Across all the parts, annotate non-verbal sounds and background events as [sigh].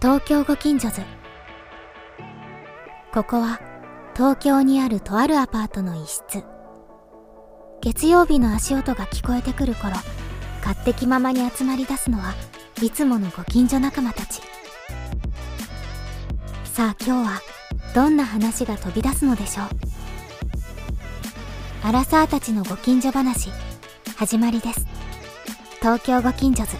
東京ご近所図ここは東京にあるとあるアパートの一室月曜日の足音が聞こえてくる頃勝手気ままに集まり出すのはいつものご近所仲間たちさあ今日はどんな話が飛び出すのでしょうアラサーたちのご近所話始まりです東京ご近所図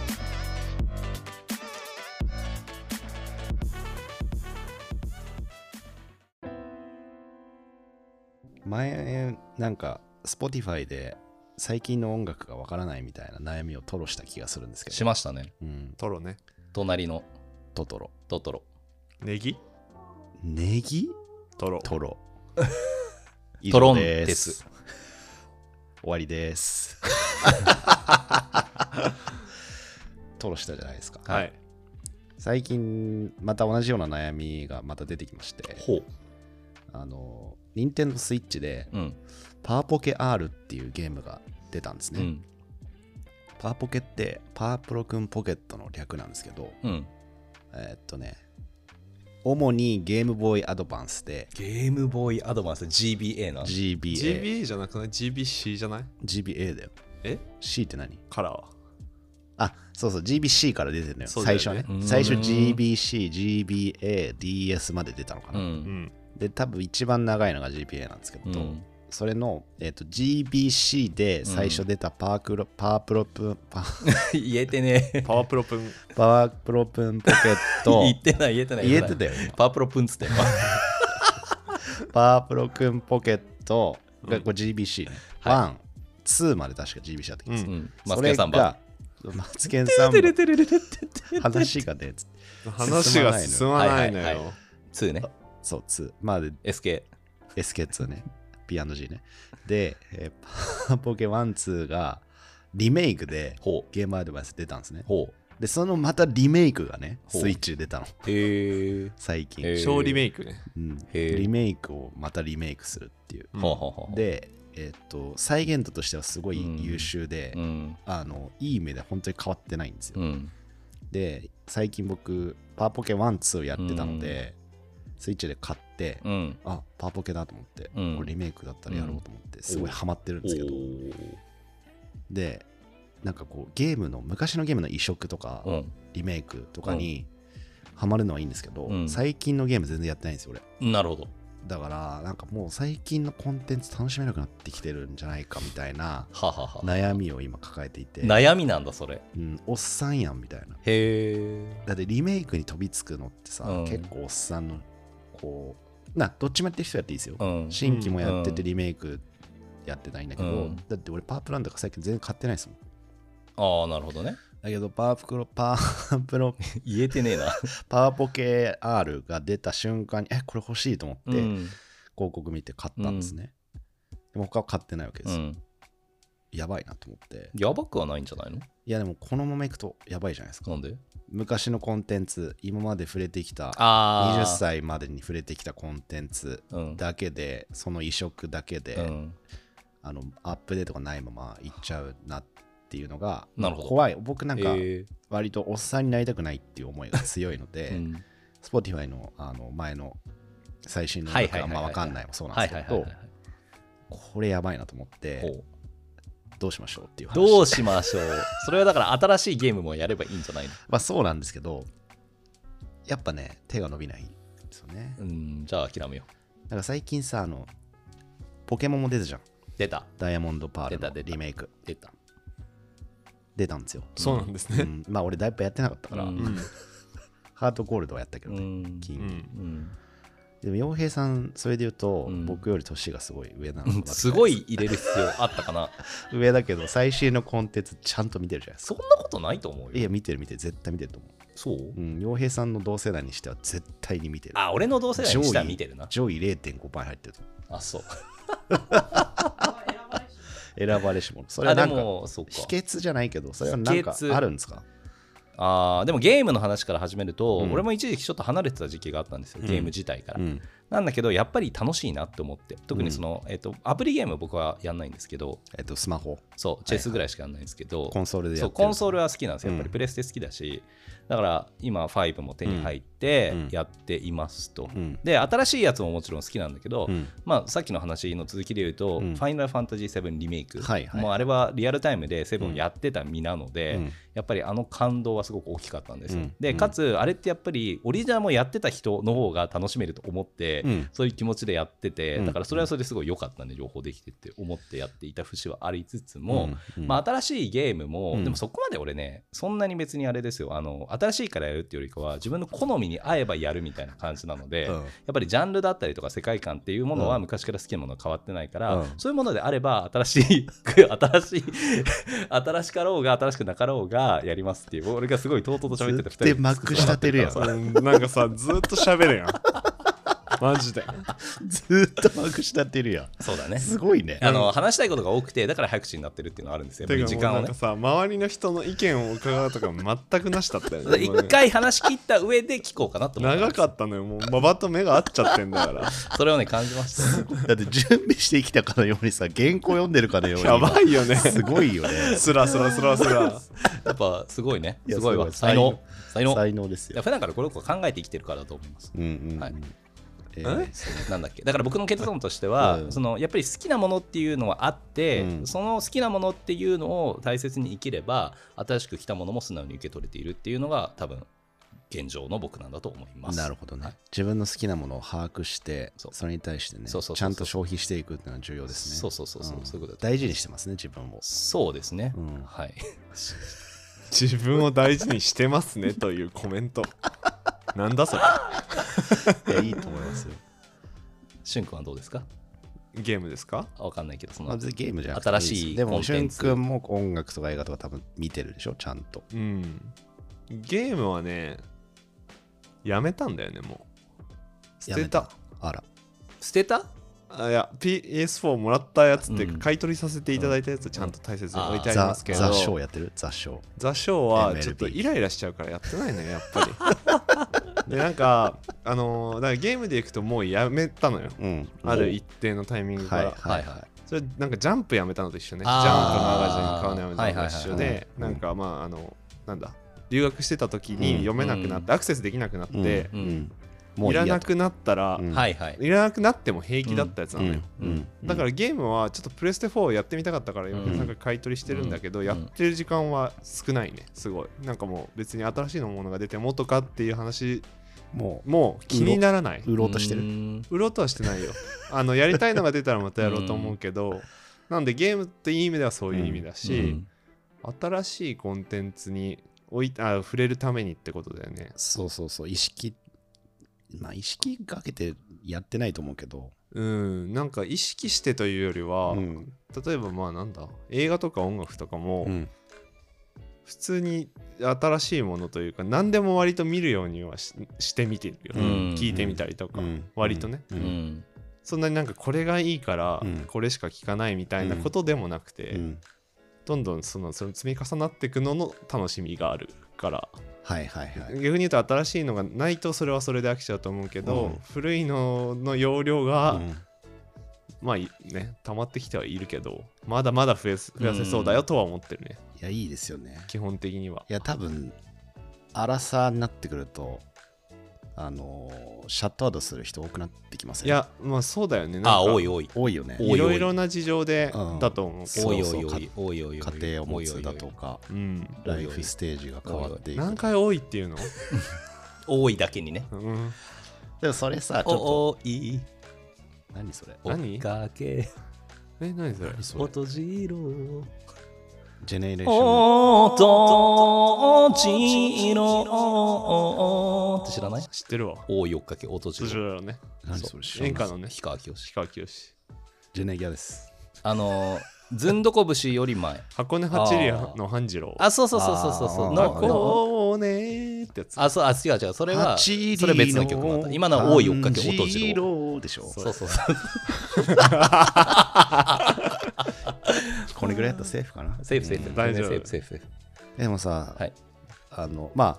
前なんか Spotify で最近の音楽がわからないみたいな悩みを吐露した気がするんですけどしましたね。うん、トロね。隣のトトロトトロ。ネギネギトロ。トロ [laughs] トロン以上です終わりです [laughs] 吐露したじゃないですか、はい。最近また同じような悩みがまた出てきましてほう。あの任天堂スイッチでうん。パワポケ R っていうゲームが出たんですうね、ん。パワポケってパワプロくんポケットの略なんですけど、うん。えーっとね、主にゲームボーイアドバンスでゲームボーイアドバンス GBA な。 GBA。 GBA じゃなくない ?GBC じゃない GBA だよ。え C って何カラーは。あ、そうそう、GBC から出てるのよ。そうだ最よね初ねう。ん最初 GBC、GBA、DS まで出たのかう。な。うんん。で、多分一番長いのが GBA なんですけうど、ん。それの、えーっと GBC で最初出たパークロ、パープロプン、パ言えてねえ。パワープロプン。パワープロプンポケット [laughs] 言ってない言えてない。言えてたよ。よ、今パープロプンっつって。パワープロくんポケットがうんこれ GBC ね。はいワン、ツーまで確か GBC だった気がす [laughs] うる。ん。マそスケれンさんば。が、マツケンさんてれもてれてれてれてれ。話がね、つって話が進まないのはいはいよ。 2ね。そう、ツー。まあで、 SK。 SK2 ね。P&G ね。で、えー [laughs] パワーポケワン、ツーがリメイクでほゲームアドバイス出たんですねう。。ほで、そのまたリメイクがね、ほうスイッチで出たの、う。へえ。最近。へー勝利メイクね。うんへーリメイクをまたリメイクするっていう。うんほうほうほう。、で、えっと、再現度としてはすごい優秀で、うん。あのいい意味で本当に変わってないんですよ。うん。で最近僕パワーポケ1、2をやってたので、スイッチで買って、うん。あパワーポケだと思って、うんこれリメイクだったらやろうと思って、すごいハマってるんおですけど、ーでなんかこうゲームの昔のゲームの移植とか、うん。リメイクとかにハマるのはいいんですけど、うん最近のゲーム全然やってないんですよ俺なるほど。だからなんかもう最近のコンテンツ楽しめなくなってきてるんじゃないかみたいなははは。悩みを今抱えていて、悩みなんだ、それ。うん、おっさんやんみたいなへえ。だってリメイクに飛びつくのってさ、うん結構おっさんのこうなどっちもやってる人やっていいですよ、うん。新規もやっててうんリメイクやってないんだけど、うんだって俺パワープランとか最近全然買ってないですもんああ、なるほどね。だけどパワープロパワープ [laughs] ロ言えてねえな。パワーポケ R が出た瞬間にえこれ欲しいと思って広ん。告見て買ったんですね、でも他は買ってないわけでうすよ、ん。やばいなと思ってやばくはないんじゃないのいやでもこのままいくとやばいじゃないですかなんで昔のコンテンツ今まで触れてきたあ20歳までに触れてきたコンテンツうん。だけでその移植だけで、うん。あのアップデートがないままいっちゃうなっていうのがなるほど怖い僕なんかえ割とおっさんになりたくないっていう思いが強いのーで、 [laughs] うん。 Spotify のあの前の最新の音楽はいがはいはいまはあい分かんないもそうなんはでいすはけいどはいはい。これやばいなと思ってほうどうしましょうっていう話どうしましょうそれはだから新しいゲームもやればいいんじゃないのまあそうなんですけどやっぱね手が伸びないんですよねうん、じゃあ諦めよだから最近さあのポケモンも出たじゃんう。出た。ダイヤモンドパール出たの出たリメイク出た。出たんですよそうなんですうね。ん [laughs] まあ俺だいぶやってなかったから、うんうん。ハートゴールドはやったけうどね、ん。金、うん。うんでも洋平さんそれで言うと、うん僕より年がすごい上なの分かってすごい入れる必要あったかな。 [laughs] 上だけど最新のコンテンツちゃんと見てるじゃないですそかんなことないと思ういよ。や見てる見てる絶対見てると思そうう、うん、洋平さんの同世代にしては絶対に見てるあ、俺の同世代に下見てるな。上位0.5倍入ってるとあ、そう。選ばれし者それはあ、でなんかも、そうか。秘訣じゃないけどそれはなんか秘訣あるんですかあーでもゲームの話から始めると、うん俺も一時期ちょっと離れてた時期があったんですよ、うんゲーム自体から。うんなんだけどやっぱり楽しいなって思って特にその、えっとアプリゲーム僕はやんないんですけどえっと、スマホ、そうチェスぐらいしかやんないんですけど、コンソールでやそっうてる。コンソールは好きなんですよ、やっぱうりんプレステ好きだし、だから今、5も手に入ってうんやっていますと。うん。で、新しいやつももちろん好きなんだけど、うん。まあ、さっきの話の続きで言うと、うんファイナルファンタジー7リメイク、はいはいもうあれはリアルタイムで7やってた身なので、うんやっぱりあの感動はすごく大きかったんですうよ。んで、かつ、あれってやっぱりオリジナルもやってた人の方が楽しめると思って、うんそういう気持ちでやってて、うんだからそれはそれですごい良かったんで、情報できてって思ってやっていた節はありつつも、うんまあ、新しいゲームも、うんでもそこまで俺ね、そんなに別にあれですよあの、新しいからやるっていうよりかは、自分の好みに合えばやるみたいな感じなので、うやんっぱりジャンルだったりとか世界観っていうものうはん昔から好きなものは変わってないから、うんそういうものであれば、新しい、新しい、新しかろうが、新しくなかろうがやりますっていう、俺がすごいとうとうと喋ってた2人でマックし立てるやん。うんなんかさ、ずっと喋るやん。 [laughs] マジで。ずーっとマックし立てるやん。そうだね。すごいね。あの話したいことが多くて、だから早口になってるっていうのはあるんですよ、やってぱかり時間をもうなんねか。さ、周りの人の意見を伺うとか全くなしだったよで [laughs] ね。もう一ね回話し切った上で聞こうかなと思って長かったのよ。もうまばと目が合っちゃってんだ [laughs] から。それをね、感じました。だって準備してきたかのようにさ、原稿読んでるかのように。やばいよね。すごいよね。スラスラスラスラ。やっぱすごいね。 [laughs] いやすごいわ。すごい才能。才能。い才能ですよや。普段からこれを考えて生きてるからだと思います。うんうんうん。はいえーなんだっけだから僕の結論としては、うんそのやっぱり好きなものっていうのはあって、うんその好きなものっていうのを大切に生きれば新しく来たものも素直に受け取れているっていうのが多分現状の僕なんだと思います。なるほどね、はい自分の好きなものを把握してそそうれに対してねそうそうそうそうちゃんと消費していくっていうのは重要ですねそうそうそうそう、んそういうことだと大事にしてますね自分をそうですね。うんはい。 [laughs] 自分を大事にしてますねというコメント。なんだそれ。いやいいと思い [laughs] ますよ、しゅんくんはどうですかゲームですかあわかんないけど、その、まあ、別にゲームじゃなく新しいでコもンしテゅンんツくんも音楽とか映画とか多分見てるでしょちゃんとうん。ゲームはね、やめたんだよね、もう。捨やてめた。あら捨てたあいや、PS4 もらったやつっていうか、うん買い取りさせていただいたやつちゃんと大切に置いてありザ・ますけど、ザ・ショーやってるザ・ショ座礁は MLB ちょっとイライラしちゃうからやってないのよやっぱりでなんかあのーだからゲームでいくともうやめたのよーうんある一定のタイミングかはいら、はいはい、はいはそれなんかジャンプやめたのと一緒ねジあーャンプマガジン買うのやめたのと一緒はいはいはいではないんかまああのなんだ留学してた時うんに読めなくなって、アクセスできなくなって、で、うんうんもういいやらとなくなったら、うんはいはい。いらなくなっても平気だったやつなうのよ、んうんだからゲームはちょっとプレステ4をやってみたかったから今うんなんか買い取りしてるんだけど、うんやってる時間は少ないねすごいなんかもう別に新しいのものが出てもとかっていう話ももう気にならないう売ろうとしてうるん売ろうとはしてな [laughs] いよあのやりたいのが出たらまたやろうと思うけど、なんでゲームっていい意味ではそういう意味だし、新しいコンテンツにおいあ触れるためにってことだよねそうそうそう意識まあ意識かけてやってないと思うけどうんなんか意識してというよりは、うん例えばまあなんだ映画とか音楽とかも、うん普通に新しいものというか何でも割と見るようにはししてみてるよ、うん聞いてみたりとか、うん割とね、ううんんそんなになんかこれがいいからうんこれしか聞かないみたいなことでもなくて、うんどんどんそのその積み重なっていくのの楽しみがあるから、はいはいはい逆に言うと新しいのがないとそれはそれで飽きちゃうと思うけど、うん古いのの容量が、うんまあいね溜まってきてはいるけどまだまだ増えす増やせそうだよとは思ってるね、いやいいですよね基本的にはいや多分荒さになってくるとあのーシャットアウトする人多くなってきませんいやまあそうだよねなんかあ、多い多い。多いよね多いろいおいおろな事情でうんだと思うけど、多いそ多うそいう多い多い多い多い。家庭を持多ついだとかうん、おいおいライフステージが変わっていく何回多いっていうの、 [laughs] 多いだけにね。うん、でもそれさちょっとおおい何それお何追っかけえ何それ何それ音じろジェネレーション音じろって知らない知ってるわ多い追っかけ音そじちろらのね何それ知らない演歌のね氷川きよし氷川きよしジェネギャですあのずんどこ節より前箱根八里の半次郎あそうそうそうそうそうそうあーのの箱根ってやつあそうあ違う違うそれはそ八里れ別の曲また今のは多い追っかけ音じ半ろ郎でしょそうそうそうこれぐらいだったらセーフかなセーフセーフうん大丈夫セーフセーフセーフでもさはいあのまあ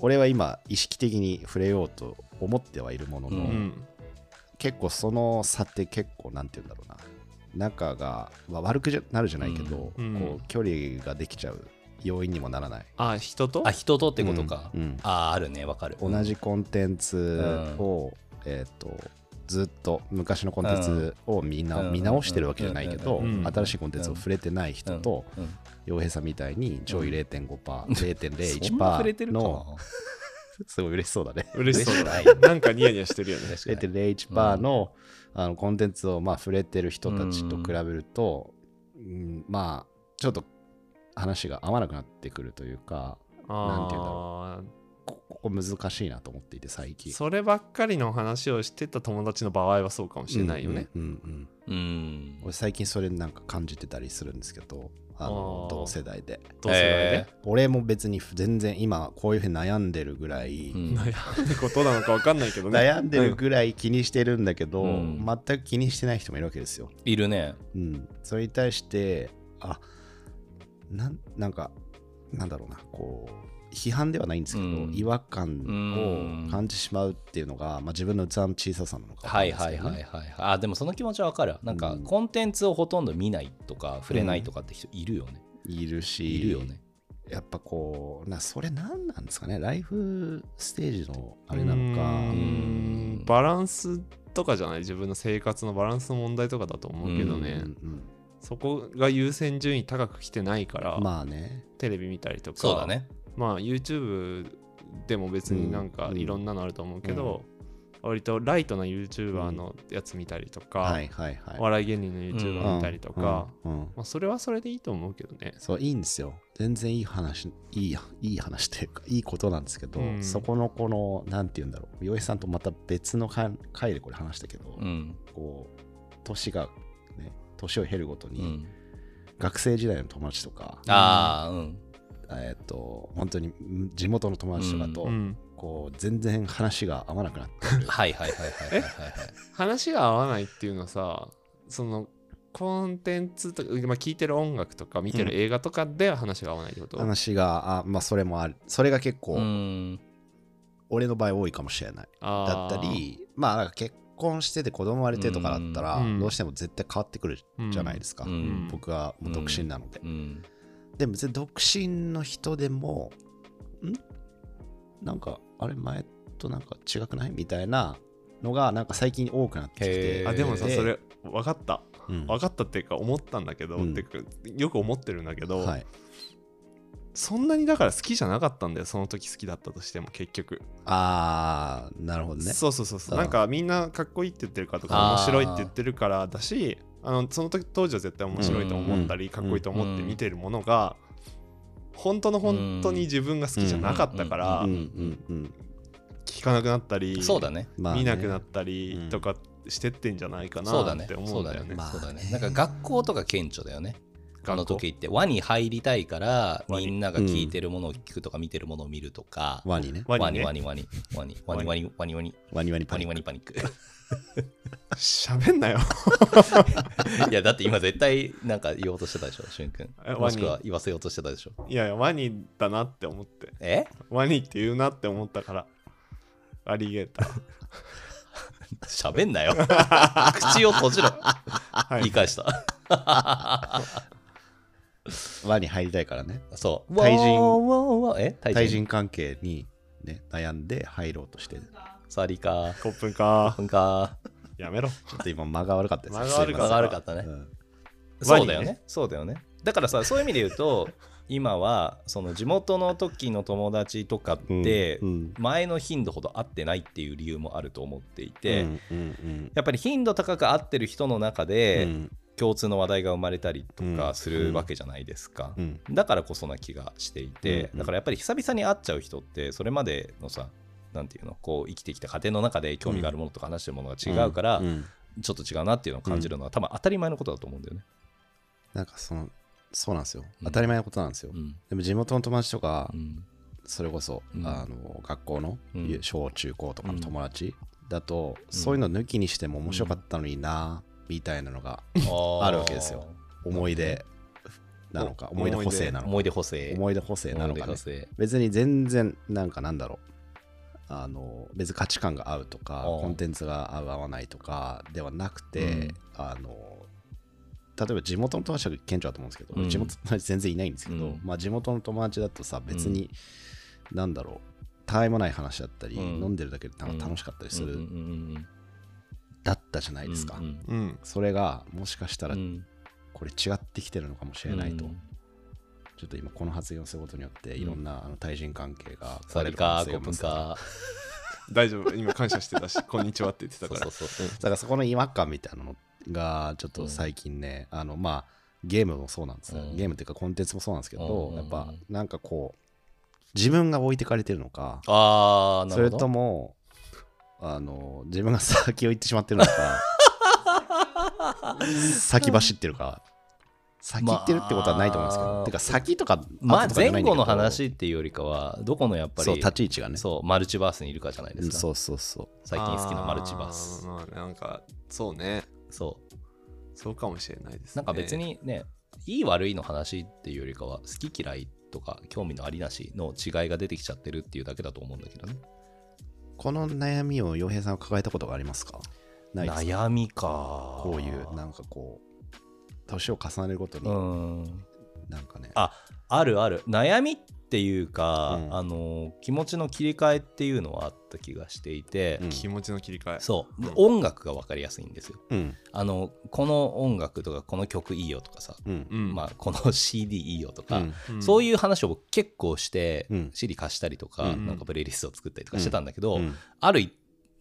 俺は今意識的に触れようと思ってはいるものの、ううん。結構その差って結構なんて言うんだろうな仲が、まあ、悪くじゃなるじゃないけど、うんこう距離ができちゃう要因にもならない。あ、人とあ、人とってことか。うんうんああ、あるね、わかる。同じコンテンツを、えっ、とずっと昔のコンテンツを見な、うん見直してるわけじゃないけど、うん新しいコンテンツを触れてない人とうんうん洋、平さんみたいに上位 0.5%0.01%、そんな触れてるかなのすごい嬉しそうだね嬉しそう嬉だしく。なんかニヤニヤしてるよ [laughs] ね。確かに0.01%の,、あのコンテンツをまあ触れてる人たちと比べると、うんまあちょっと話が合わなくなってくるというかなんて言うんだあこここ難しいなと思っていて最あ、近。そればっかりの話をしてた友達の場合はそうかもしれないよね。うんうんうん。俺最近それなんか感じてたりするんですけどあのあー同世代で同世代で。俺も別に全然今こういうふうに悩んでるぐらい、うん悩むことなのかわかんないけどね。悩んでるぐらい気にしてるんだけど、うん全く気にしてない人もいるわけですよ、いるね。うん、それに対してあなんなんかなんだろうなこう批判ではないんですけど、うん違和う感んを感じてしまうっていうのが、まあ、自分の器の小ささなのかわかはんいなですはけいどねはいはい。あ、でもその気持ちはわかる。なんか、うんコンテンツをほとんど見ないとか、触れないとかって人いるよね。いるしいるよね。やっぱこうなそれ何なんですかねライフステージのあれなのかうーんバランスとかじゃない自分の生活のバランスの問題とかだと思うけどね、うんうんそこが優先順位高く来てないから、うんまあねテレビ見たりとかそうだね。まあ YouTube でも別になんかうんいろんなのあると思うけど、割とライトな YouTuber のやつ見たりとか、はいはいはい笑い芸人のう YouTuber ん見たりとか、うんうんまあ、それはそれでいいと思うけどねそういいんですよ全然いい話いいいい話っていうかいいことなんですけど、うんそこのこのなんて言うんだろう洋平さんとまた別の回回でこれ話したけど、うん。こう年がね年を経るごとうに、ん。学生時代の友達とかああ、うん。えっと本当に地元の友達とかと、うんこう全然話が合わなくなってくるはいはいはいはいはい [laughs] はいはい。話が合わないっていうのはさそのコンテンツとか、まあ、聞いてる音楽とか見てる映画とかでは話が合わないってこと、話があまあそれもあるそれが結構、うん。俺の場合多いかもしれないだあーったりまあなんか結婚してて子供生まれてとかだったら、うんどうしても絶対変わってくるじゃないですか、うん僕はもう独身なので、うん。でも別に独身の人でもんなんかあれ前となんか違くないみたいなのがなんか最近多くなってきへてーあでもさでそれ分かったうん分かったっていうか思ったんだけど、うんってかよく思ってるんだけど、はい、そんなにだから好きじゃなかったんだよその時好きだったとしても結局、ああなるほどねそうそうそうそううんなんかみんなかっこいいって言ってるからとかあ面ー白いって言ってるからだしあのその時当時は絶対面白いと思ったり、かっこいいと思って見てるものが、本当の本当に自分が好きじゃなかったから、うんうんうん聞かなくなったりそうだね。まあね見なくなったりとかしてってんじゃないかそうなだっねて。思そううんだだよねね。まあねそうだね。なんか学校とか顕著だよね。学校あの時って輪に入りたいから輪みにんなが聞いてるものを聞くとか見てるものを見るとか。ワニねワワニニねワニワニワニワニワニワニワニワニワニワニパワニックニワニパニック。喋んなよ [laughs] いやだって今絶対なんか言おうとしてたでしょ、しゅんくんえ。もしくは言わせようとしてたでしょ。いやいやワニだなって思ってえワニって言うなって思ったからアリゲーター喋んなよ。口を閉じろ。はい言い返した。輪に入りたいからねそう。対人わーわーわーえ対人。対人関係に、ね、悩んで入ろうとしてるサリカ。コップンか [laughs] ほんか。やめろちょっと今間が悪かったです間が悪間が悪かっったたねう。んそうだよワニね。そうだよね。だからさ、そういう意味で言 [laughs] うと、今はその地元の時の友達とかってう、ん前の頻度ほど会ってないっていう理由もあると思っていて、うんうんやっぱり頻度高く会ってる人の中うんで、うん共通の話題が生まれたりとうかんするわけじゃないですか。うんだからこそな気がしていて、うんだからやっぱり久々に会っちゃう人ってそれまでのさなんていうのこう生きてきた家庭の中で興味があるものとか話してるものが違うから、んちょっと違うなっていうのを感じるのは多分当たり前のことだと思うんだよね。なんかそのそうなんですようん当たり前のことなんですよ、うんでも地元の友達とか、うんそれこそ、うんあの学校の、うん小中高とかの友達だと、そういうの抜きにしても面白かったのにな、みたいなのがあーあるわけですよ思い出なのか思い出補正なのか思い出補正。思い出補正なのか、ね思い出補、正別に全然なんかなんだろうあの別に価値観が合うとかうんコンテンツが合う合わないとかではなくて、うんあの例えば地元の友達は顕著だと思うんですけど、うん地元の友達全然いないんですけど、うんまあ、地元の友達だとさ別に、なんだろうたわいもない話だったり、うん飲んでるだけでたうん楽しかったりする、うんうんうんうんだったじゃないですか、うんうんうん。それがもしかしたらうんこれ違ってきてるのかもしれないと、うんちょっと今この発言をすることによっていろんなあの対人関係がサリカ、ココプンカ。大丈夫。今感謝してた [laughs] し、こんにちはって言ってそたうから。そうそう。だからそこの違和感みたいなのがちょっと最近ね、あのまあゲームもそうなんですよ、うんゲームっていうかコンテンツもそうなんですけど、うんやっぱなんかこう自分が置いてかれてるのかああ、なそるれほど。ともあの自分が先を行ってしま [laughs] ってるのか先走ってるか先行ってるってことはないと思うんですけど、まあてか先とかまあ後とかじ前ゃないんだ後けどの話っていうよりかは、どこのやっぱり、そう立ち位置がねそうマルチバースにいるかじゃないでうんすか。そうそうそう最近好きなマルチバーあス。まあ、なんか、そうね。そう。そうかもしれないですね。なんか別。にね、いい悪いの話っていうよりかは、好き嫌いとか興味のありなしの違いが出てきちゃってるっていうだけだと思うんだけどね。この悩みを洋平さんは抱えたことがありますかないですか悩みか。こういうなんかこう年を重ねるごとにうん。なんかね、ああるある悩みっていうか、うんあの気持ちの切り替えっていうのはあった気がしていて、うん気持ちの切り替え。そう、でうん音楽が分かりやすいんですようんあのこの音楽とかこの曲いいよとかさ、うんうん。まあ、この [laughs] CD いいよとか、うん、そういいう話を僕結構して、うん CD 貸したりとか、うんなんかプレイリストを作ったりとかしてたんだけど、うんある一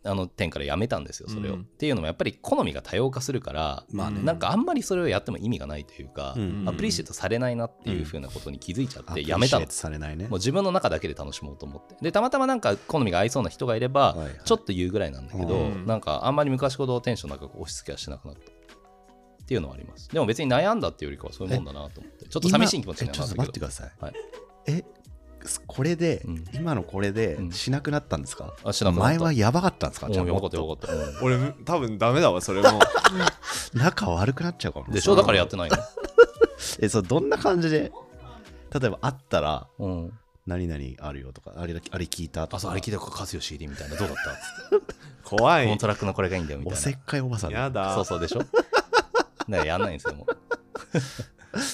あの点からやめたんですよそれを、うんっていうのもやっぱり好みが多様化するから、まあねなんかあんまりそれをやっても意味がないというか、うんアプリシエイトされないなっていうふうなことに気づいちゃってアやめプリシたエのイト、されないねもう自分の中だけで楽しもうと思ってでたまたまなんか好みが合いそうな人がいれば、はいはいちょっと言うぐらいなんだけど、うんなんかあんまり昔ほどテンションなんか押し付けはしなくなったっていうのはありますでも別に悩んだっていうよりかはそういうもんだなと思ってちょっと寂しい気持ちに今はえちょなっっと待ってたけどください、はいえこれで、うん今のこれでうんしなくなったんですか、あしなくなっ前たはやばかったんですかうんじゃあよかもっったよとかった、うん俺、多分ダメだわ、それも。仲悪くなっちゃうかもでしょだからやってないの、えそうどんな感じで例えばあったらうん、何々あるよとかあれだあれ聞いたとか [laughs] あそうあれ聞いたかカスよ CD みたいなどうだったっつって怖このい。トラックのこれがいいんだよみたいおなせっかいおばさんやだ。そうそう [laughs] でしょだからやんないんですよも [laughs] う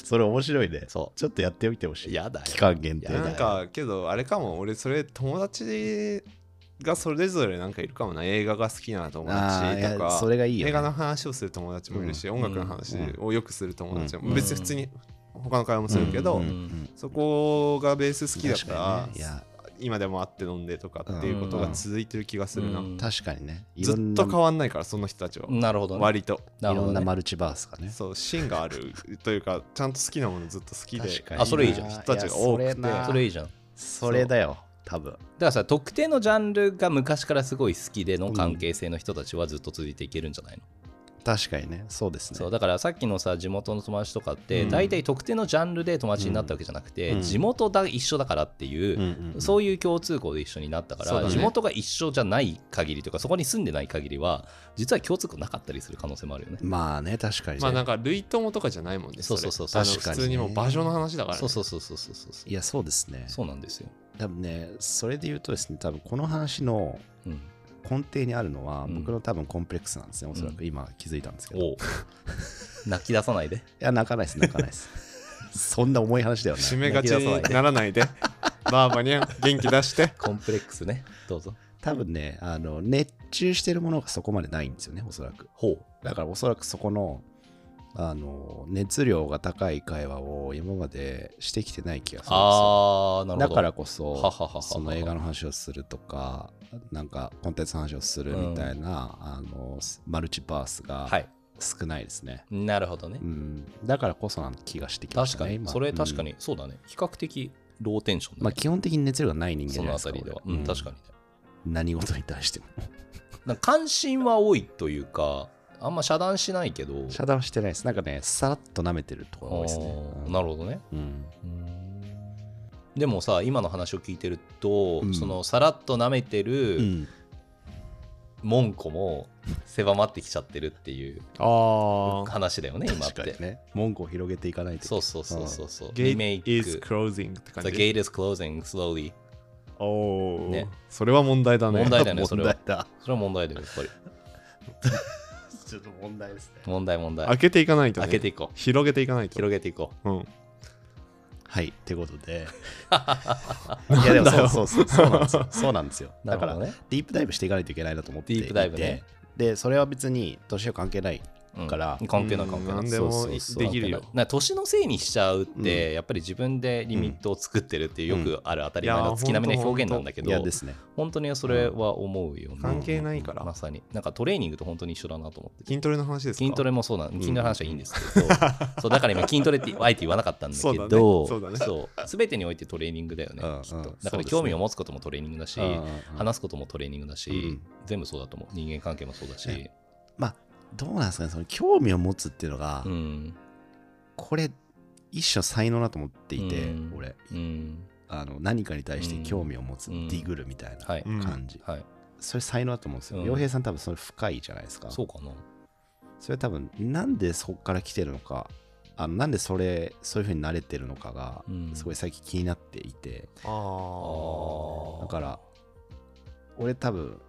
それ面白いねそちょっとやってみてほしいやだよ期間限定やだでなんかけどあれかも俺それ友達がそれぞれなんかいるかもな映画が好きな友あー達いやとかそれがいいよね映画の話をする友達もいるし、音楽の話をよくする友達も、うん別に普通に他の会話もするけど、うんそこがベース好きだから、確かにねいや今でも会って飲んでとかっていうことが続いてる気がするな、うん確かにねいずろっんとな変わんないからその人たちは、なるほどね割とないるほろどんねなマルチバースがねそう芯があるというかちゃんと好きなものずっと好きで確かにあそれいいじゃん人たちが多くていやそれなそれいいじゃんそれだよ多分だからさ特定のジャンルが昔からすごい好きでの関係性の人たちはずっと続いていけるんじゃないの、確かにねそうですねそうだからさっきのさ地元の友達とかって、うん大体特定のジャンルで友達になったわけじゃなくて、うん地元だ一緒だからっていうう、んうんうんそういう共通項で一緒になったかそうら、だね地元が一緒じゃない限りとかそこに住んでない限りは実は共通項なかったりする可能性もあるよね、まあね確かにねまあなんか類友とかじゃないもんねそうれそうそうそうあの確かに普通にもう場所の話だから、ね、そうそうそうそうそうそうそういやそうですねそうなんですよ、多分ねそれで言うとですね多分この話のうん、根底にあるのはうん僕の多分コンプレックスなんですねおそらうく今気づいたんですけどいおう [laughs] 泣き出さないでや泣かないです泣かないです [laughs] そんな重い話ではない締めがちになら [laughs] ないでバーバニャン元気出してコンプレックスねどうぞ多分ねあの熱中してるものがそこまでないんですよねおそらくほうだからおそらくそこのあの熱量が高い会話を今までしてきてない気がするんですよああなるほだどからこははははそはその映画の話をするとかなんかコンテンツの話をするみたいな、あのマルチバースはがい少ないですね、なるほどねうん、だからこそな気がしてきまし確たかねに、今それ確か、うんに、そうだね。比較的ローテンションだねまあ、基本的に熱量がない人間じそゃないでのあすかたりでは。う俺ん、確かにね。何事に対してもなんか関心は多いというか、あんま遮断しないけど、遮断してないですなんかねさらっと舐めてるところが多いですねあーうんなるほどね。うんでもさ、今の話を聞いてると、うんそのさらっと舐めてうるん門戸も狭まってきちゃってるっていうああ。話だよね、今っ確かにて。ね。文句を広げていかないと。そうそうそうそうそう。ゲリメイ t e is ク。 closing って感 The じ。 gate is closing slowly. おお、ねそれは問題だね。問題だよね、それ問は題。だ。それは問題だよ、やっぱり。 [laughs] ちょっと問題ですね。問題、問題。開けていかないと、ね。開けていこう。広げていかないと。広げていこうん。はい、ってことで。 [laughs] いやでもそうそうそうそうなんです [laughs] よ。そうなんですよ。う。なだるかほら、どね。ディープダイブしていかないといけないなと思っていて。ディープダイブねで、それは別に年は関係ない。うんから関係ない関係うなんい何でもそうそうそうできるよ。な年のせいにしちゃうって、うやっぱり自分でリミットを作ってるっていううよんくある当たり前いやのー月並みな表現なんだけど、いやですね。本当にそれは思うよね、関係ないからまさになんかトレーニングと本当に一緒だなと思ってて筋トレの話ですか筋トレもそうなん筋トレの話はいいんですけど、そうだから今筋トレってあえて言わなかったんだけどそうだねそうだねそう全てにおいてトレーニングだよね、うんうんきっとそうだかでらすね興味を持つこともトレーニングだし、うん話すこともトレーニングだし、うん全部そうだと思う人間関係もそうだし、ねまあ、どうなんですかね、その興味を持つっていうのが、うんこれ、一種の才能だと思っていて、うん俺、うんあの、何かに対して興味を持つ、うんディグルみたいなはい感じ。はいそれ才能だと思うんですよ。うん洋、平さん、多分それ深いじゃないですか。そうかなそれ多分、なんでそこから来てるのか、あのなんでそれ、そういうふうに慣れてるのかが、うんすごい最近気になっていて、ああ。だから、俺多分、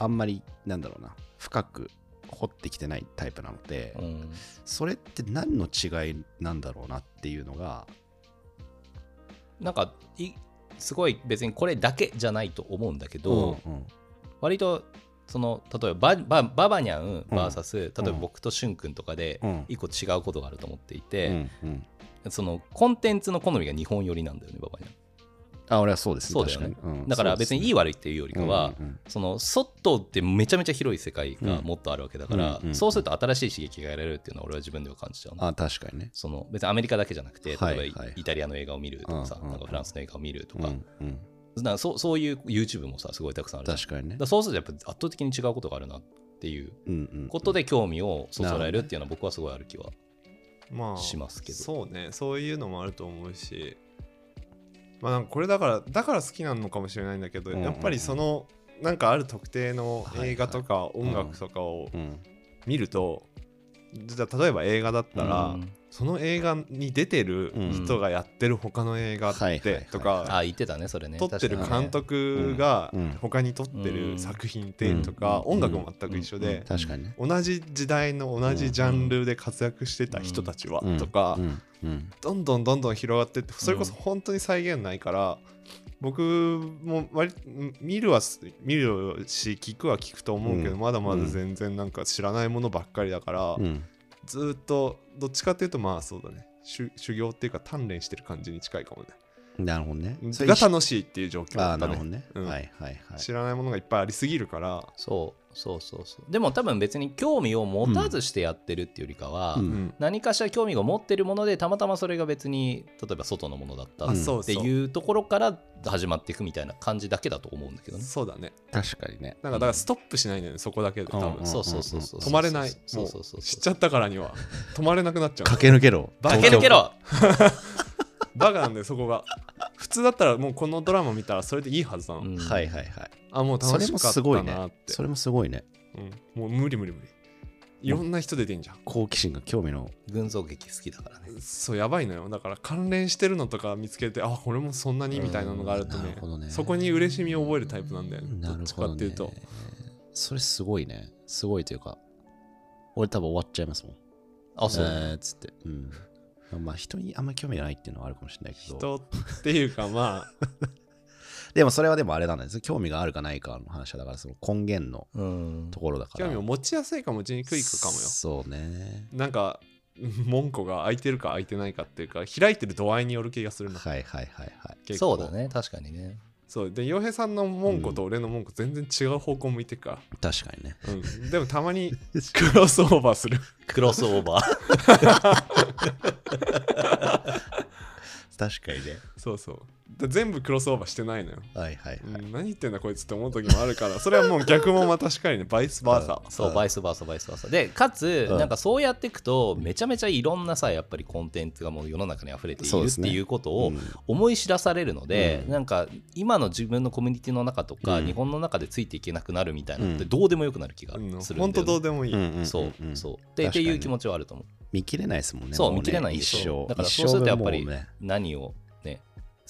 あんまり、なんだろうな、深く掘ってきてないタイプなので、うんそれって何の違いなんだろうなっていうのが、なんかいすごい別にこれだけじゃないと思うんだけど、うんうん割とその例えばババババニャン VS、例えば僕としゅんくんとかでうん一個違うことがあると思っていて、うんうんそのコンテンツの好みが日本寄りなんだよねババニャあ、俺はそうですね。そうだよね確かにンだから別にいいい悪いっていうよりかは、その外ってめちゃめちゃ広い世界がもっとあるわけだから、うんうんそうすると新しい刺激が得られるっていうのは俺は自分では感じちゃうのあ、確かにね。その別にアメリカだけじゃなくて例えばはいイはいイタリアの映画を見るとかさ、うんうんなんかフランスの映画を見るとうんか,、うんなんかそうそういう YouTube もさすごいたくさんあるじゃん確かにねだから。そうするとやっぱ圧倒的に違うことがあるなっていううんうんことで興味をそそられるっていうのは僕はすごいある気はまあ、しますけど。そうね、そういうのもあると思うし、まあ、なんかこれだから、だから好きなのかもしれないんだけど、うんうんうんやっぱりその、なんかある特定の映画とかい音楽とかをうん見ると、じゃあ例えば映画だったら、うんその映画に出てる人がやってる他の映画っうんはいはいはていとかあ言ってたねそれね。撮ってる確かに監ね督がうんうん他に撮ってる作品ってとかうん音楽も全く一緒で確かにね。同じ時代の同じジャンルで活躍してた人たちはとかうんうんどんどんどんどん広がってってそれこそ本当に再現ないから僕も割見るは見るし聞くは聞くと思うけうどんまだまだ全然なんか知らないものばっかりだからうんずーっとどっちかっていうとまあそうだね修修行っていうか鍛錬してる感じに近いかもねなるほどね。それが楽しいっていう状況だあっなたるほどねね。はいうんはいはい。知らないものがいっぱいありすぎるからそうそうそうそう。でも多分別に興味を持たずしてやってるっていうよりかは、うんうん何かしら興味を持ってるものでたまたまそれが別に例えば外のものだったあっそうてそういうところから始まっていくみたいな感じだけだと思うんだけどね。そうだね確かにね。なんかだからストップしないんだよねそこだけで多うん分そうそうそうそう。止まれないそもううそうそうそう。知っちゃったから [laughs] には止まれなくなっちゃう駆け抜け [laughs] ろ。駆け抜けろバカなんだよそこが普通だったらもうこのドラマ見たらそれでいいはずなのうんはいはいはい。あもうそ楽れしもかっすたごいなっね。てそれもすごいね。うんもう無理無理無理いろんな人出てんじゃん好奇心が興味の。群像劇好きだからね。そうやばいのよだから関連してるのとか見つけてあこれもそんなにみたいなのがあるとうんなねるほどねそこに嬉しみを覚えるタイプなんだよねなどるっちほかどっていうねと。それすごいね。すごいというか、俺多分終わっちゃいますもん。あ、そう。えーっつって。うん。まあ人にあんまり興味がないっていうのはあるかもしれないけど。人っていうかまあでもそれはでもあれなんです。興味があるかないかの話はだからその根源のうんところだから。興味を持ちやすいか持ちにくいかかもよそうね。なんか門戸が開いてるか開いてないかっていうか開いてる度合いによる気がするなはいはいはいはい。結そ構うだね、確かにね。そうで洋平さんの門戸と俺の門戸全然違う方向向いてるか確かにね。ら、うん、でもたまに [laughs] クロスオーバーするクロスオーバー。 [laughs] 確かにね。そうそうら全部クロスオーバーしてないのよ、はいはいうんはい。何言ってんだこいつって思う時もあるからそれはもう逆もまあ確かにねバイスバーサーそうう、んバイスバーサ、バイスバーサ。で、かつ、うんなんかそうやっていくと、めちゃめちゃいろんなさ、やっぱりコンテンツがもう世の中に溢れていそうるでっすてねいうことをうん思い知らされるので、うんなんか今の自分のコミュニティの中とか、うん日本の中でついていけなくなるみたいなのって、うんどうでもよくなる気がすうるんだよんね。本当どうでもいい、うんうんそううんそう確かにでっていう気持ちはあると思う。見切れないですもんね。そうもね見切れないんで一そう生。だから一そ生うするとやっ分ぱりもうね何をね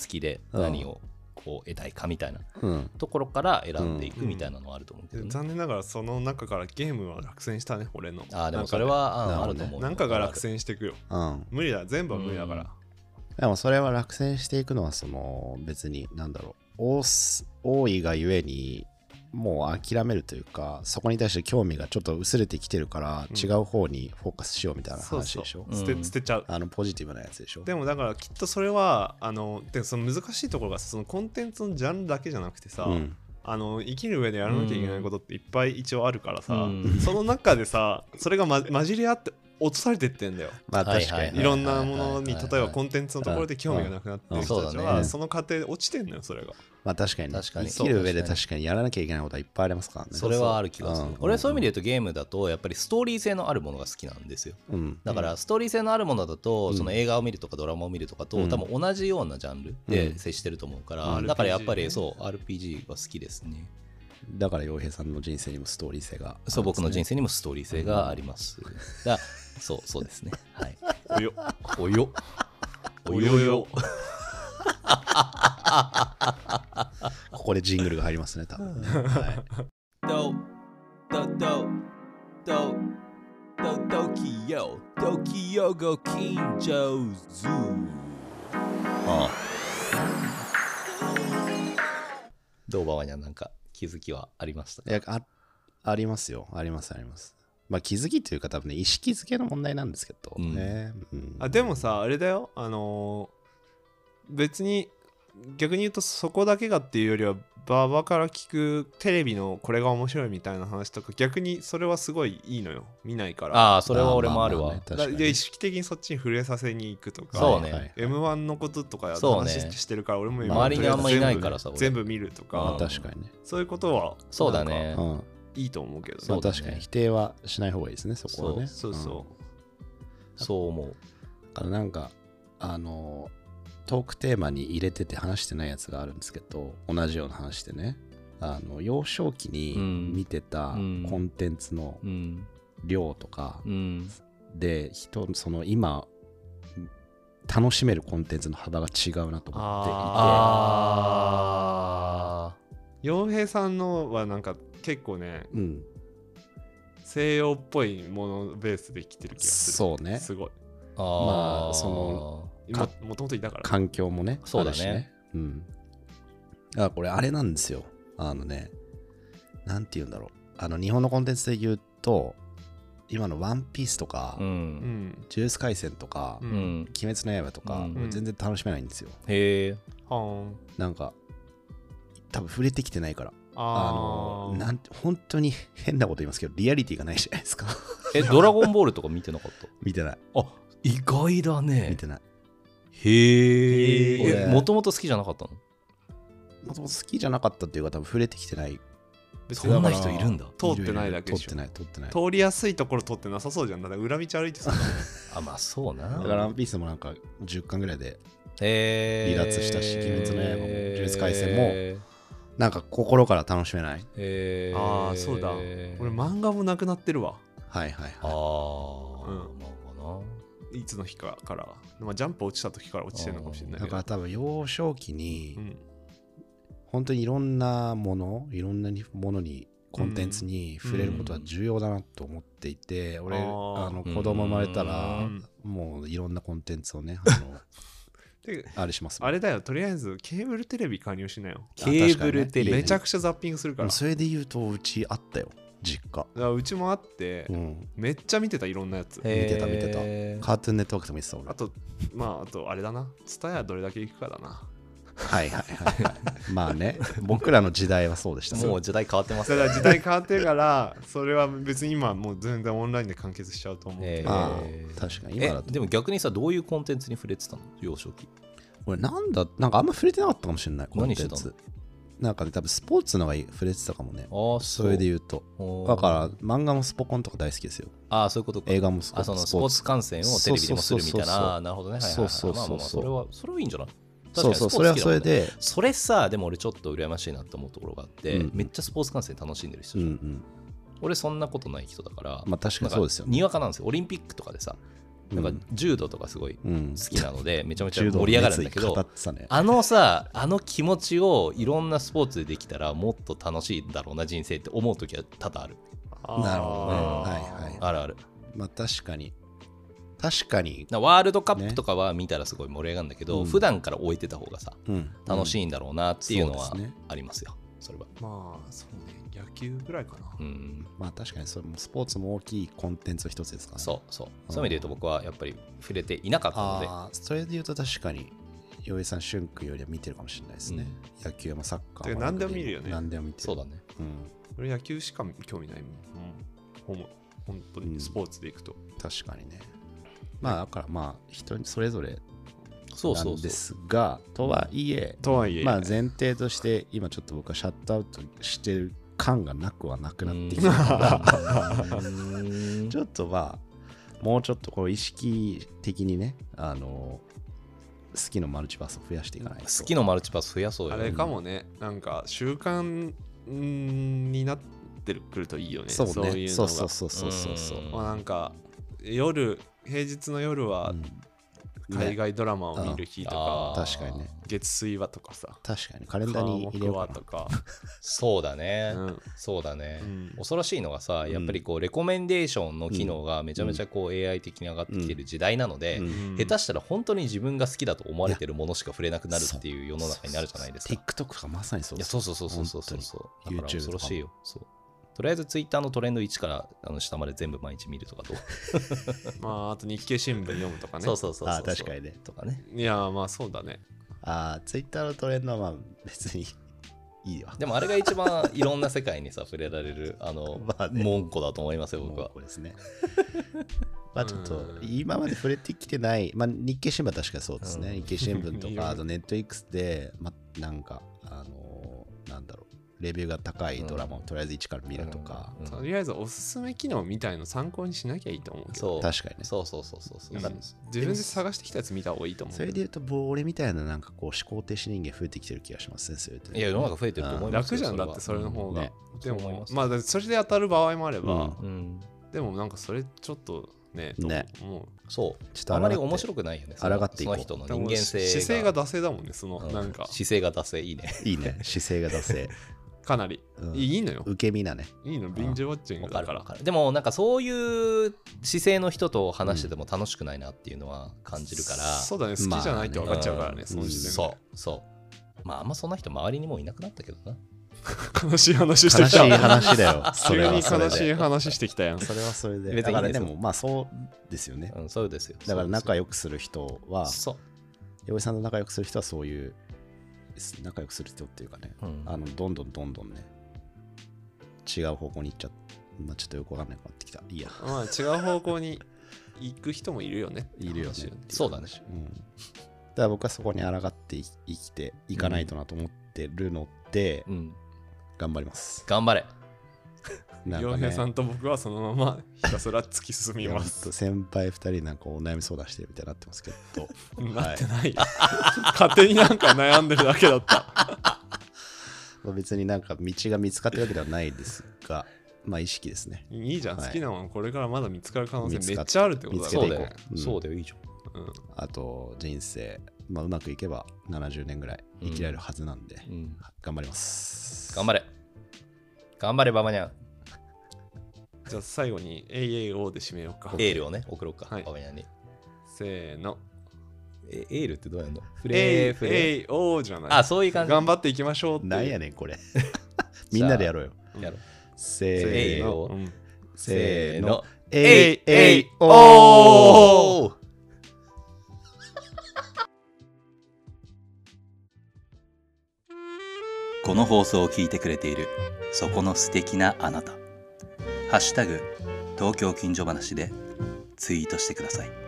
好きでうん何をこう得たいかみたいなうん。ところから選んでいくみたいなのはあると思うけど、ね残念ながらその中からゲームは落選したね俺のああでもそれはうんなあるほるどねと思う。なんかが落選していくようん。無理だ全部は無理だから、でもそれは落選していくのはその別に何だろう多す多いがゆえにもう諦めるというかそこに対して興味がちょっと薄れてきてるからうん違う方にフォーカスしようみたいなそう話そうでしょ、捨うてん捨てちゃう、あのポジティブなやつでしょでもだからきっとそれはあのでその難しいところがそのコンテンツのジャンルだけじゃなくてさ、うん、あの生きる上でやらなきゃいけないことっていっぱい一応あるからさ、 [laughs] うんその中でさそれが、ま、混じり合って落とされてってんだよまあはい確はかいに、はいろんなものはいにはい例はいえばコンテンツのところで興味がなくなってる人たちうんそうだはねその過程で落ちてんのよそれ [laughs] がまあ確かに,、確かに生きる上でそう確かに確かにやらなきゃいけないことはいっぱいありますからねそれはある気がするうん俺はそういう意味で言うとゲームだとやっぱりストーリー性のあるものが好きなんですようんだからストーリー性のあるものだと、うんその映画を見るとかドラマを見るとかと、うん多分同じようなジャンルうでん接してると思うから、うんだからやっぱ RPG りねそう RPG は好きですねだから洋平さんの人生にもストーリー性があるんですね、そう僕の人生生にもストーリー性があります、 [laughs] だそうそうですねはいおよおよおよよここでジングルが入りますね多分、はいドドドドドドキヨドキヨご近所ズあどうばわにはなんか気づきはありましたいやあありますよありますありますまあ気づきというか多分ね意識づけの問題なんですけどね、うんあでもさあれだよあのー別に逆に言うとそこだけがっていうよりは馬場から聞くテレビのこれが面白いみたいな話とか逆にそれはすごいいいのよ見ないからああそれは俺もあるわ、まままあねだ確かでに意識的にそっちに触れさせに行くとかそうね M1 のこととかそうね話してるから俺も今周りにあんまいないからさ俺全部見るとまかあ確かにねそういうことはそうだねなんうかんいいと思うけどまそあうだね確かに否定はしない方がいいですねそこはねそうそそう思ううんだからなんかあのトークテーマに入れてて話してないやつがあるんですけど同じような話でねあの幼少期にうん見てたうんコンテンツのうん量とかうんで人その今楽しめるコンテンツの幅が違うなと思っていてあう洋平さんのはなんか結構ねうん、西洋っぽいものベースで来てる気がするそうねすごいあまあそのもかもともといたから環境もねそうだねあるしうんあこれあれなんですよあのねなんて言うんだろうあの日本のコンテンツで言うと今の「ワンピースとか、ううんんジュース回戦とか、うんうん鬼滅の刃とか、うん俺全然楽しめないんですよへえはんなんか多分触れてきてないからああのーなんて本当に変なこと言いますけどリアリティがないじゃないですか [laughs] [laughs] えドラゴンボールとか見てなかった見てないあ意外だね見てないへへえーもともと好きじゃなかったのもともと好きじゃなかったっていうか多分触れてきてない別そにだんかなら人いるんだ通ってないだけで通っしょてない通ってない通りやすいところ通ってなさそうじゃんだって裏道歩いてさあまあそうなだからワンピースもなんか10巻ぐらいでえー、離脱したし鬼滅の刃も呪術廻戦もなんか心から楽しめないえー、あーそうだ俺漫画もなくなってるわはいはいああはうんまあまいつの日かから、まあ、ジャンプ落ちた時から落ちてるのかもしれいないだけかどら多分幼少期にうん本当にいろんなものいろんなものにコンテンツに触れることは重要だなと思っていて俺ああーの子供生まれたうらんもういろんなコンテンツをねあ [laughs] のであれしますもんあれだよとりあえずケーブルテレビ加入しなよなケーブルテレビ、めちゃくちゃザッピングするでからもそれで言うとうちあったよ実家だからうちもあって、うんめっちゃ見てたいろんなやつ、見てた見てたへーカートゥーンネットワークでも見てた [laughs] 俺あとまああとあれだなツタヤどれだけ行くかだなはいはいはい [laughs] はいまあね僕らの時代はそうでしたねもう時代変わってますだから時代変わってるからそれは別に今もう全然オンラインで完結しちゃうと思うけど、えーまあ確かに今だとえでも逆にさどういうコンテンツに触れてたの幼少期俺なんだなんかあんま触れてなかったかもしれないコン何テンしてツなんかね多分スポーツのが触れてたかもねああ、それで言うとおーだから漫画もスポコンとか大好きですよああ、そういうことか。映画もスポあそのスポーツ観戦をテレビでもするみたいそうそうそうそうな。あーなるほどね。はいはいはい。そうそうそうまあまあまあそうそれは、それはいいんじゃないそうそうそれはそれ。確かにスポーツ好きだもんねでそれさ、でも俺ちょっと羨ましいなと思うところがあって、うんめっちゃスポーツ観戦楽しんでる人うんじうゃん、ん俺そんなことない人だから、まあ確かにそうですよなんかにわかなんですよ。オリンピックとかでさ、なんうかん柔道とかすごいうん好きなの [laughs] で、めちゃめち [laughs] ゃ柔道盛のり上がる熱んだ意け語どっ、てたねあのさ、あの気持ちをいろんなスポーツでできたらもっと楽しいんだろうな人生って思うときは多々ある。 [laughs] なるほどねあはいはいあるある。まあ確かに確かになワールドカップとかは見たらすごい盛り上がるんだけど、ねうん普段から置いてた方がさ、うん楽しいんだろうなっていうのそはうですねありますよ、それは。まあ、そうね。野球ぐらいかな。うん、まあ確かにそれもスポーツも大きいコンテンツの一つですからねそうそう。そういう意味で言うと僕はやっぱり触れていなかったので、ああそれで言うと確かに洋江さん俊君よりは見てるかもしれないですね、野球もサッカーもてか何でも見るよね何でも見てるそうだね。うん、俺野球しか興味ないもん。ほぼ本当うんにスポーツでいくと。確かにねまあだからまあ人それぞれそうなそうんそうで。すがとはいえとはいえ、まあ前提として今ちょっと僕はシャットアウトしてる感がなくはなくなってき [laughs] たうん [laughs] ちょっとまあもうちょっとこう意識的にねあの好きのマルチバースを増やしていかないと好きのマルチパス増やそうよ。あれかもね、なんか習慣うんになってくるといいよね。そうそうねいうそうのそうが。そうそうそうそううんまあなんか夜、平日の夜は海外ドラマを見る日とあか、ー確かにね月水はとかさ、確かにカレンダーに入れ火よう木はかとか。そうだね。うんそうだね、うん恐ろしいのがさんやっぱりこうレコメンデーションの機能がめちゃめちゃこう AI 的に上がってきてる時代なので、うん下手したら本当に自分が好きだと思われてるものしか触れなくなるっていう世の中になるじゃないですか。そうそうそう TikTok とかまさにそういやですそうそうそうそうそうそうそう。だ本か当らに恐ろしいよ。そうとりあえずツイッターのトレンド1からあの下まで全部毎日見るとかどう、まあ、あと日経新聞読むとかね。 [laughs] そうそうそうそうあー確かにねとかね。いやー、まあそうだね。ああ Twitter のトレンドはまあ別にいいわでもあれが一番いろんな世界にさ触れられるあの、 [laughs] まあね門戸だと思いますよ僕もうはこ。れですね [laughs] まあちょっとうん今まで触れてきてない、まあ、日経新聞は確かにそうですね、うん日経新聞いとろ [laughs] いろかあとネット X で、まあ、なんかあのーなんだろうレビューが高いドラマをとりあえず一から見るとか、うんとりあえずおすすめ機能みたいの参考にしなきゃいいと思うけど。そう確かにねそうそうそうそうそううん自分で探してきたやつ見た方がいいと思う。それで言うとぼ俺みたいななんかこう思考停止人間増えてきてる気がしますねそれいや、世の中増えてると思います楽よじゃんだってそれの方が、ねでそう思いもますまあそれで当たる場合もあれば、うんうん。でもなんかそれちょっとねねどうもそう。ちょっとあ抗ってまり面白くないよね。その抗っていこうその人のうで人も間性が。姿勢が惰性だもんねその、うんなんか姿勢が惰性いいね。いいね姿勢が惰性かなり、うんいいのよ受け身なねいいのビンジウォッチンわグかだるからわかる。でも、なんかそういう姿勢の人と話してても楽しくないなっていうのは感じるから。そうだね好きじゃないって分かっちゃうかまらね、あねその時点で、そう、そう。まあ、あんまそんな人周りにもいなくなったけどな。悲しい話して悲きしいた話だよそれ [laughs] 急にはそれ悲しいで話してきたやんそれはそれで別にいいんですだからでよもまあそうですよね、うん、そうですよ。だから仲良良くする人はそう。洋江さんと仲良くする人はそういうす仲良くする人っていうかね、うんあのどんどんどんどんね違う方向に行っちゃっまあちょっとよくわかんなくなってきたいいやまあ違う方向に行く人もいるよねいるよねって話そうだね。うんだから僕はそこに抗ってい生きていかないとなと思ってるので、うん。頑張ります頑張れ。なん洋か平ねさんと僕はそのままひたすら突き進いみやほまんすと先輩2人なんかお悩み相談してるみたいになってますけど [laughs] なってない、勝手になんか悩んでるだけ [laughs] だったまあ別になんか道が見つかってるわけではないですが [laughs] まあ意識ですねいいじゃん、はい好きなものこれからまだ見つかる可能見つ性かめっっちゃあるってこと見つだけよていそうこだうよ。そうだよ、いいじゃん。うんあと人生、まあ、うまくいけば70年ぐらい生きられるはずなんで、うん頑張ります。頑張れ。頑張れ、ババニャン。じゃあ最後に AAO で締めようか。エールをね、送ろうか、はいババニャンに。せーの。えエールってどうやるのフレーフレー。 AAO じゃない。あ、そういう感じ。頑張っていきましょうっていう。なんやねん、これ。 [laughs] みんなでやろうよ。やろうせーの、せーのうんせーの、えいえいおーおーこの放送を聞いてくれているそこの素敵なあなた「ハッシュタグ東京近所話」でツイートしてください